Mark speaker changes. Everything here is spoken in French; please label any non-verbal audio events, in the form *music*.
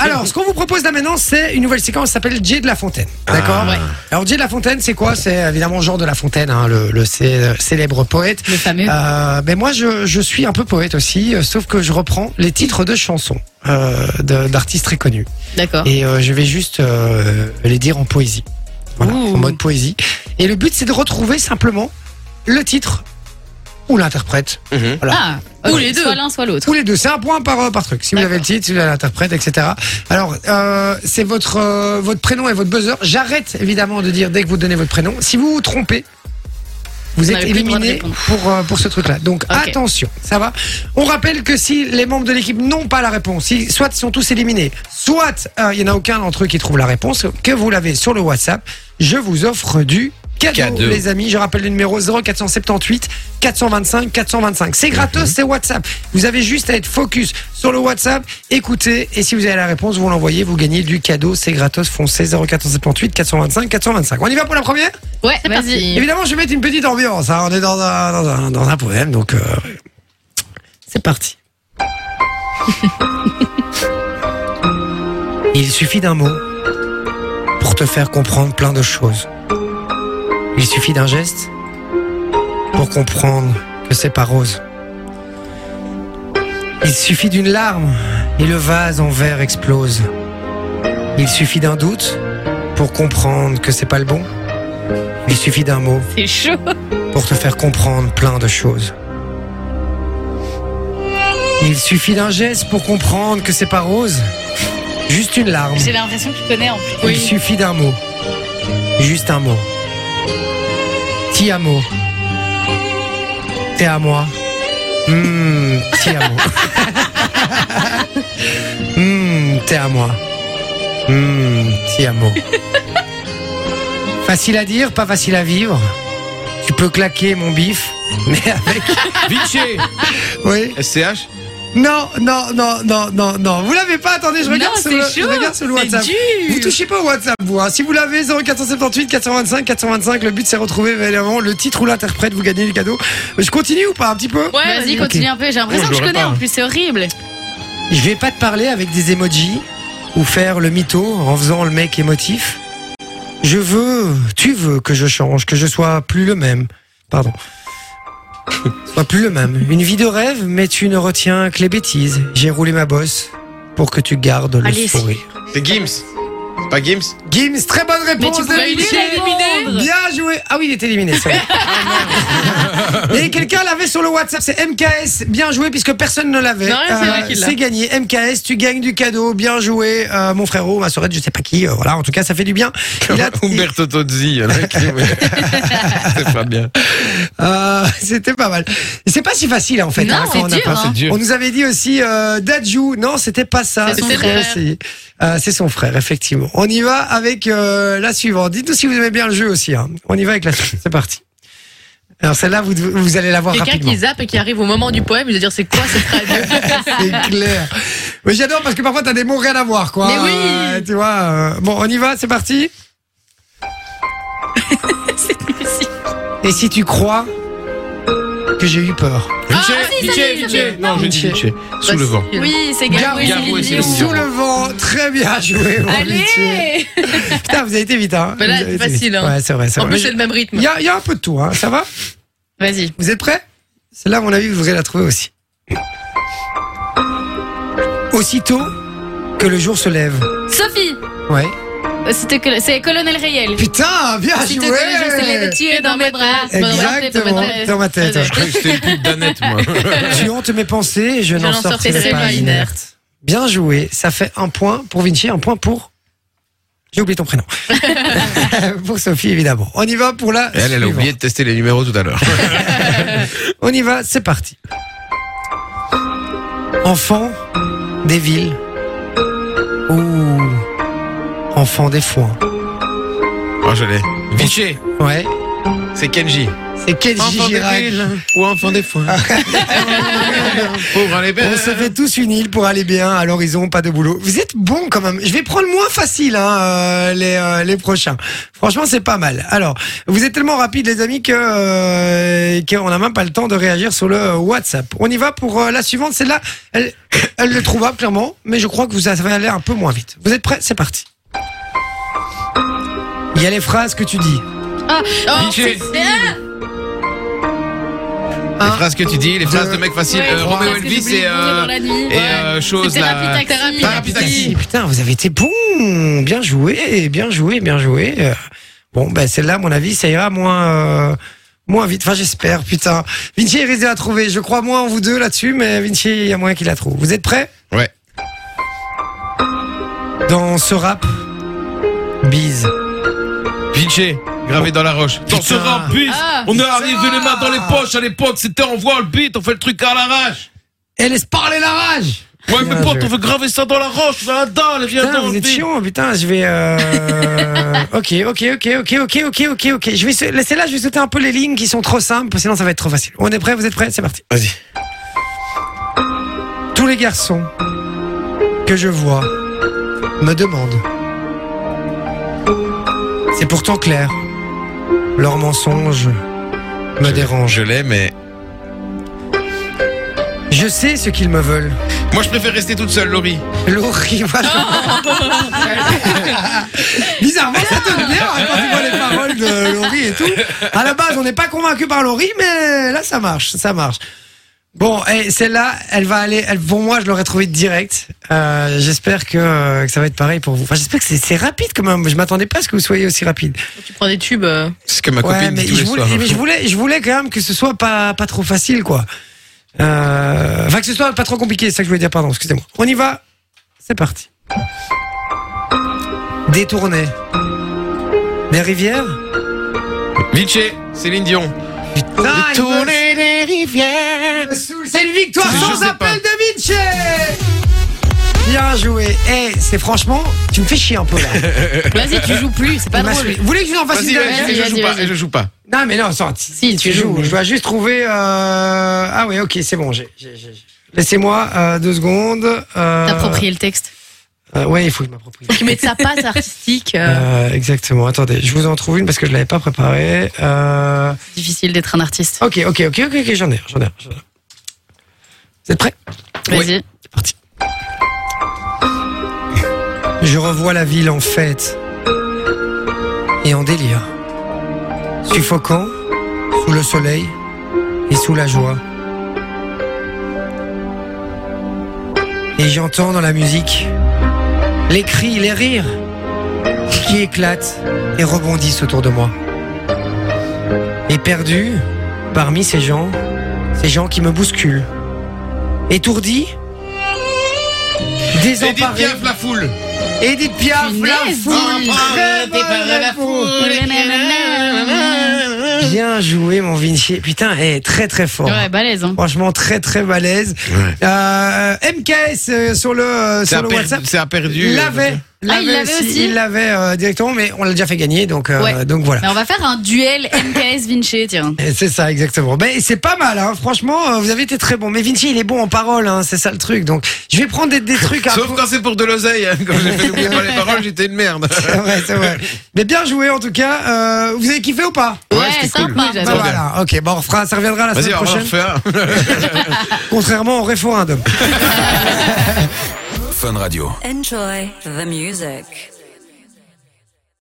Speaker 1: Alors, ce qu'on vous propose là maintenant, c'est une nouvelle séquence qui s'appelle Jay de la Fontaine. D'accord
Speaker 2: Ah. Ouais.
Speaker 1: Alors, Jay de la Fontaine, c'est quoi C'est évidemment Jean de la Fontaine, hein, le, le cé- célèbre poète.
Speaker 2: Le fameux.
Speaker 1: Euh, ben moi, je, je suis un peu poète aussi, euh, sauf que je reprends les titres de chansons euh, de- d'artistes très connus.
Speaker 3: Ah.
Speaker 2: D'accord.
Speaker 1: Et euh, je vais juste euh, les dire en poésie. Voilà,
Speaker 2: Ouh.
Speaker 1: en mode poésie. Et le but, c'est de retrouver simplement le titre ou l'interprète.
Speaker 4: Mhm.
Speaker 2: Ah,
Speaker 1: Ou
Speaker 2: ok,
Speaker 1: les deux.
Speaker 2: Soit l'un, soit l'autre.
Speaker 1: Tous les deux, c'est un point par, euh, par truc. Si vous
Speaker 2: D'accord.
Speaker 1: avez le titre, si vous avez l'interprète, etc. Alors, euh, c'est votre, euh, votre prénom et votre buzzer. J'arrête évidemment de dire dès que vous donnez votre prénom. Si vous vous trompez, vous
Speaker 2: Vous
Speaker 1: êtes
Speaker 2: n'avez plus le droit de
Speaker 1: éliminé
Speaker 2: répondre.
Speaker 1: pour, euh, pour ce truc-là. Donc
Speaker 2: Ok.
Speaker 1: attention, ça va. On rappelle que si les membres de l'équipe n'ont pas la réponse, si- soit ils sont tous éliminés, soit euh, il n'y en a aucun d'entre eux qui trouve la réponse, que vous l'avez sur le WhatsApp, je vous offre du cadeau,
Speaker 4: Cadeau.
Speaker 1: les amis. Je rappelle le numéro 0478 425 425. C'est gratos, c'est WhatsApp. Vous avez juste à être focus sur le WhatsApp, écoutez, et si vous avez la réponse, vous l'envoyez, vous gagnez du cadeau, c'est gratos, foncez 0478 425 425. On y va pour la première
Speaker 2: Ouais, vas-y.
Speaker 1: Évidemment, je vais mettre une petite ambiance. hein. On est dans un, dans un, dans un poème, donc euh, c'est parti. *laughs* Il suffit d'un mot pour te faire comprendre plein de choses. Il suffit d'un geste pour comprendre que c'est pas rose. Il suffit d'une larme et le vase en verre explose. Il suffit d'un doute pour comprendre que c'est pas le bon. Il suffit d'un mot
Speaker 3: *laughs*
Speaker 2: C'est chaud.
Speaker 1: pour te faire comprendre plein de choses. Il suffit d'un geste pour comprendre que c'est pas rose, juste une larme.
Speaker 2: J'ai l'impression que tu connais en plus.
Speaker 1: Il suffit d'un mot, juste un mot. Ti amo. T'es à moi. Hum, ti
Speaker 2: *laughs*
Speaker 1: amo. Hum, t'es à moi. Hum, ti amo. Facile à dire, pas facile à vivre. Tu peux claquer mon bif, mais avec.
Speaker 2: *laughs*
Speaker 4: Vinci
Speaker 1: Oui.
Speaker 4: SCH
Speaker 1: Non, non, non, non, non, non. Vous l'avez pas, attendez, je regarde,
Speaker 2: Non,
Speaker 1: sur,
Speaker 2: c'est
Speaker 1: le,
Speaker 2: chaud,
Speaker 1: je regarde sur le
Speaker 2: c'est
Speaker 1: WhatsApp.
Speaker 2: dur.
Speaker 1: Vous touchez pas au WhatsApp, vous. hein. Si vous l'avez, 0478 425 425, le but c'est retrouver évidemment le titre ou l'interprète, vous gagnez le cadeau. Je continue ou pas un petit peu
Speaker 2: Ouais, vas-y,
Speaker 1: Ok.
Speaker 2: continue un peu. J'ai l'impression
Speaker 1: Ah,
Speaker 4: Non,
Speaker 2: que je
Speaker 4: j'aurais
Speaker 2: connais
Speaker 4: pas.
Speaker 1: hein.
Speaker 2: en plus, c'est horrible.
Speaker 1: Oh, Je vais pas te parler avec des emojis ou faire le mytho en faisant le mec émotif. Je veux, tu veux que je change, que je sois plus le même. Pardon. *laughs* Sois plus le même. Une vie de rêve, mais tu ne retiens que les bêtises. J'ai roulé ma bosse pour que tu gardes le
Speaker 2: Allez, si.
Speaker 1: sourire.
Speaker 4: C'est Gims C'est pas Gims
Speaker 1: Gims, très bonne
Speaker 2: Mais
Speaker 1: réponse
Speaker 2: tu
Speaker 1: de
Speaker 2: pouvais
Speaker 1: Vinci.
Speaker 2: éliminer.
Speaker 1: Bien joué. Ah oui, il est éliminé. c'est
Speaker 2: *laughs*
Speaker 1: vrai. Et quelqu'un l'avait sur le WhatsApp, c'est MKS. Bien joué puisque personne ne l'avait. Euh,
Speaker 2: Non, c'est vrai qu'il l'a.
Speaker 1: c'est gagné. MKS, tu gagnes du cadeau. Bien joué, euh, mon frérot, ma sorette, je sais pas qui. euh, voilà, en tout cas, ça fait du bien. Il a-
Speaker 4: Umberto Tozzi, il y en a qui- *laughs* C'est pas bien.
Speaker 1: Euh, *laughs* C'était pas mal. C'est pas si facile en fait.
Speaker 2: Non,
Speaker 1: hein, quand
Speaker 2: c'est
Speaker 1: on a
Speaker 2: dur,
Speaker 1: pas-
Speaker 2: hein.
Speaker 4: C'est dur.
Speaker 1: On nous avait dit aussi euh, Dadju. Non, c'était pas ça.
Speaker 2: C'est son
Speaker 1: C'était
Speaker 2: frère.
Speaker 1: aussi. Euh, C'est son frère, effectivement. On y va avec euh, la suivante. Dites-nous si vous aimez bien le jeu aussi. hein. On y va avec la suivante. C'est parti. Alors celle-là, vous, devez- vous allez la voir
Speaker 3: Quelqu'un
Speaker 1: rapidement.
Speaker 3: qui zappe et qui arrive au moment du poème, il va dire c'est quoi cette
Speaker 1: *laughs*
Speaker 2: *laughs*
Speaker 3: radio
Speaker 1: C'est clair. Mais j'adore parce que parfois t'as des mots rien à voir, quoi.
Speaker 3: Mais oui.
Speaker 1: Euh, tu vois. euh, Bon, on y va. C'est parti. Et si tu crois que j'ai eu peur.
Speaker 4: Vinci,
Speaker 3: Ah, si,
Speaker 4: Vinci,
Speaker 3: ça y est, ça y est.
Speaker 4: Vinci. Non, je dis
Speaker 1: Vinci.
Speaker 4: Vinci. Sous le vent.
Speaker 2: Oui, c'est
Speaker 1: Garou
Speaker 2: Garou et
Speaker 4: Garou et
Speaker 2: Céline
Speaker 4: Céline
Speaker 2: Dion.
Speaker 1: Sous le vent, très bien joué. mon Vinci.
Speaker 2: Allez
Speaker 1: Putain, vous avez été vite, hein.
Speaker 3: Mais là,
Speaker 1: Vous avez été
Speaker 3: facile,
Speaker 1: vite.
Speaker 3: hein.
Speaker 1: Ouais, c'est vrai, c'est
Speaker 3: En
Speaker 1: vrai.
Speaker 3: plus, c'est le même rythme.
Speaker 1: Il y a, il y a un peu de tout, hein. Ça va
Speaker 3: Vas-y.
Speaker 1: Vous êtes prêts Celle-là, à mon avis, vous devrez la trouver aussi. Aussitôt que le jour se lève.
Speaker 2: Sophie,
Speaker 1: Ouais.
Speaker 2: euh, c'était que- c'est Colonel Rayel.
Speaker 1: Putain, bien
Speaker 2: Si
Speaker 1: joué
Speaker 2: te connais, je sais les tuer dans mes bras.
Speaker 1: Ah, Exactement, dans ma tête.
Speaker 4: Je croyais que c'était une pute d'Annette, moi.
Speaker 1: Tu hantes mes pensées, je, n'en sortirai pas inerte. Bien joué, ça fait un point pour Vinci, un point pour. J'ai oublié ton prénom. *laughs* pour Sophie, évidemment. On y va pour la.
Speaker 4: Elle, elle a
Speaker 1: suivante.
Speaker 4: oublié de tester les numéros tout à l'heure.
Speaker 1: On y va, c'est parti. Enfant des villes ou enfant des foins.
Speaker 4: Oh, je l'ai. Vinci.
Speaker 1: Ouais.
Speaker 4: C'est Kenji.
Speaker 1: C'est Kenji
Speaker 4: Enfant
Speaker 1: Girac.
Speaker 4: des villes ou enfant des foins. Pauvre les
Speaker 1: On se fait tous une île pour aller bien à l'horizon, pas de boulot. Vous êtes bons quand même. Je vais prendre moins facile hein, euh, les, euh, les prochains. Franchement, c'est pas mal. Alors, vous êtes tellement rapides les amis que euh, qu'on n'a même pas le temps de réagir sur le WhatsApp. On y va pour euh, la suivante. Celle-là, elle, elle le trouva clairement, mais je crois que vous avez aller un peu moins vite. Vous êtes prêts C'est parti. Il y a les phrases que tu dis.
Speaker 3: Oh,
Speaker 4: Michel.
Speaker 3: c'est- Ah
Speaker 4: Les
Speaker 1: Un,
Speaker 4: phrases que tu dis, les phrases de mec facile.
Speaker 2: Ouais,
Speaker 4: Euh,
Speaker 2: c'est
Speaker 4: Roméo
Speaker 2: parce que j'ai
Speaker 4: Elvis
Speaker 2: oublié
Speaker 4: et,
Speaker 2: de dire
Speaker 4: euh,
Speaker 2: dans la nuit.
Speaker 4: et euh, chose
Speaker 2: C'était
Speaker 4: là.
Speaker 2: rapide, taxi.
Speaker 4: Thérapie taxi.
Speaker 1: Taxi. Putain, vous avez été bon, bien joué, bien joué, bien joué. Euh, Bon, ben celle-là, à mon avis, ça ira moins, euh, moins vite. Enfin, j'espère. Putain, Vinci et Rizé à trouver. Je crois moins en vous deux là-dessus, mais Vinci, il y a moyen qu'il la trouve. Vous êtes prêts
Speaker 4: Ouais.
Speaker 1: Dans ce rap, bise.
Speaker 4: Vinci, gravé dans la roche.
Speaker 1: Putain.
Speaker 4: Dans ce rap bis,
Speaker 3: Ah.
Speaker 4: on est arrivé les mains dans les poches à l'époque, c'était on voit le beat, on fait le truc à l'arrache.
Speaker 1: Et laisse parler la rage.
Speaker 4: Ouais,
Speaker 1: Bien
Speaker 4: mais pote,
Speaker 1: joué.
Speaker 4: on veut graver ça dans la roche, dans la dalle, viens
Speaker 1: Putain,
Speaker 4: dans
Speaker 1: vous
Speaker 4: le
Speaker 1: êtes
Speaker 4: beat.
Speaker 1: chiant. Putain, je vais.
Speaker 4: *laughs*
Speaker 1: euh, ok, ok, ok, ok, ok, ok, ok, ok. Je vais sa- laissez là, je vais sauter un peu les lignes qui sont trop simples, sinon ça va être trop facile. On est prêts Vous êtes prêts C'est parti.
Speaker 4: Vas-y.
Speaker 1: Tous les garçons que je vois me demandent. C'est pourtant clair. Leurs mensonges me dérangent.
Speaker 4: Je l'ai, mais.
Speaker 1: Je sais ce qu'ils me veulent.
Speaker 4: Moi, je préfère rester toute seule, Laurie.
Speaker 1: Laurie, voilà. Bizarrement, ça donne bien hein, quand tu vois les paroles de Laurie et tout. À la base, on n'est pas convaincu par Laurie, mais là, ça marche, ça marche. Bon, et celle-là, elle va aller. Elle, pour moi, je l'aurais trouvée direct. Euh, j'espère que, que ça va être pareil pour vous. Enfin, j'espère que c'est, c'est rapide quand même. Je m'attendais pas à ce que vous soyez aussi rapide.
Speaker 3: Tu prends des tubes. euh.
Speaker 4: C'est ce que ma
Speaker 1: Ouais,
Speaker 4: copine
Speaker 1: mais
Speaker 4: dit tous
Speaker 1: je
Speaker 4: les
Speaker 1: voulais,
Speaker 4: soirs.
Speaker 1: mais je voulais, je voulais quand même que ce soit pas pas trop facile, quoi. Euh, Enfin, que ce soit pas trop compliqué. C'est ça que je voulais dire. Pardon, excusez-moi. On y va. C'est parti. Détourner. Des rivières.
Speaker 4: Vinci, Céline Dion.
Speaker 1: Putain, Ah, il me-
Speaker 4: les rivières.
Speaker 1: C'est une victoire
Speaker 4: Je
Speaker 1: sans
Speaker 4: sais
Speaker 1: appel de Vinci Bien joué. Eh, c'est franchement, tu me fais chier un peu là.
Speaker 3: Vas-y, tu joues plus, c'est *laughs* pas
Speaker 1: Il m'a
Speaker 3: drôle.
Speaker 1: suivi. Vous voulez que je vous en fasse une
Speaker 4: Vas-y,
Speaker 1: dernière
Speaker 4: vas-y, je
Speaker 3: Vas-y,
Speaker 4: joue pas,
Speaker 3: vas-y.
Speaker 4: je joue pas.
Speaker 1: Non, mais non, ça, si,
Speaker 3: tu joues, mais-
Speaker 1: Je dois juste trouver. euh, Ah oui, ok, c'est bon. j'ai- j'ai- j'ai- Laissez-moi euh, deux secondes. Euh...
Speaker 3: T'approprier le texte.
Speaker 1: euh, ouais, il faut que je m'approprie.
Speaker 3: Tu mets de sa passe artistique. euh,
Speaker 1: Euh, exactement. Attendez, je vous en trouve une parce que je l'avais pas préparée. Euh...
Speaker 3: Difficile d'être un artiste.
Speaker 1: Ok, ok, ok, ok, ok, j'en ai, j'en ai, j'en ai. Vous êtes prêts
Speaker 3: Vas-y.
Speaker 1: Je revois la ville en fête et en délire, suffoquant sous le soleil et sous la joie. Et j'entends dans la musique les cris, les rires qui éclatent et rebondissent autour de moi. Et perdu parmi ces gens, ces gens qui me bousculent, étourdi,
Speaker 4: Edith
Speaker 1: désemparé.
Speaker 4: Piaf, la foule. Oh,
Speaker 1: Edith Piaf, la
Speaker 3: Punaise,
Speaker 1: foule,
Speaker 2: hein,
Speaker 3: dis.
Speaker 1: très bonne réponse. Bien joué, mon Vinci. Putain, eh, très très fort.
Speaker 2: Ouais, balèze, hein.
Speaker 1: Franchement, très très balèze. Euh, MKS euh, sur le, euh,
Speaker 4: C'est
Speaker 1: sur
Speaker 4: un
Speaker 1: le
Speaker 4: perdu-
Speaker 1: WhatsApp
Speaker 4: C'est un perdu.
Speaker 1: l'avait.
Speaker 2: Ah, il l'avait aussi
Speaker 1: Il l'avait euh, directement, mais on l'a déjà fait gagner, donc, euh,
Speaker 2: Ouais.
Speaker 1: donc voilà.
Speaker 2: Mais on va faire un duel MKS Vinci, tiens.
Speaker 1: Et C'est ça, exactement. Mais c'est pas mal, hein. franchement, euh, vous avez été très bon. Mais Vinci, il est bon en parole, hein, c'est ça le truc. Donc, je vais prendre des, des trucs à *laughs*
Speaker 4: Sauf quand c'est pour de l'oseille. hein. Quand j'ai fait oublier pas les paroles, j'étais une merde.
Speaker 1: C'est vrai, c'est vrai. Mais bien joué, en tout cas. Euh, vous avez kiffé ou pas
Speaker 4: Ouais,
Speaker 2: Ouais,
Speaker 4: c'était
Speaker 2: sympa,
Speaker 4: cool.
Speaker 2: j'adore.
Speaker 1: Bah
Speaker 4: Trop bien.
Speaker 1: voilà, ok, bon, on refera, ça reviendra la
Speaker 4: Vas-y,
Speaker 1: semaine
Speaker 4: on va en
Speaker 1: prochaine.
Speaker 4: refaire un.
Speaker 1: Contrairement au référendum.
Speaker 5: Enjoy the music.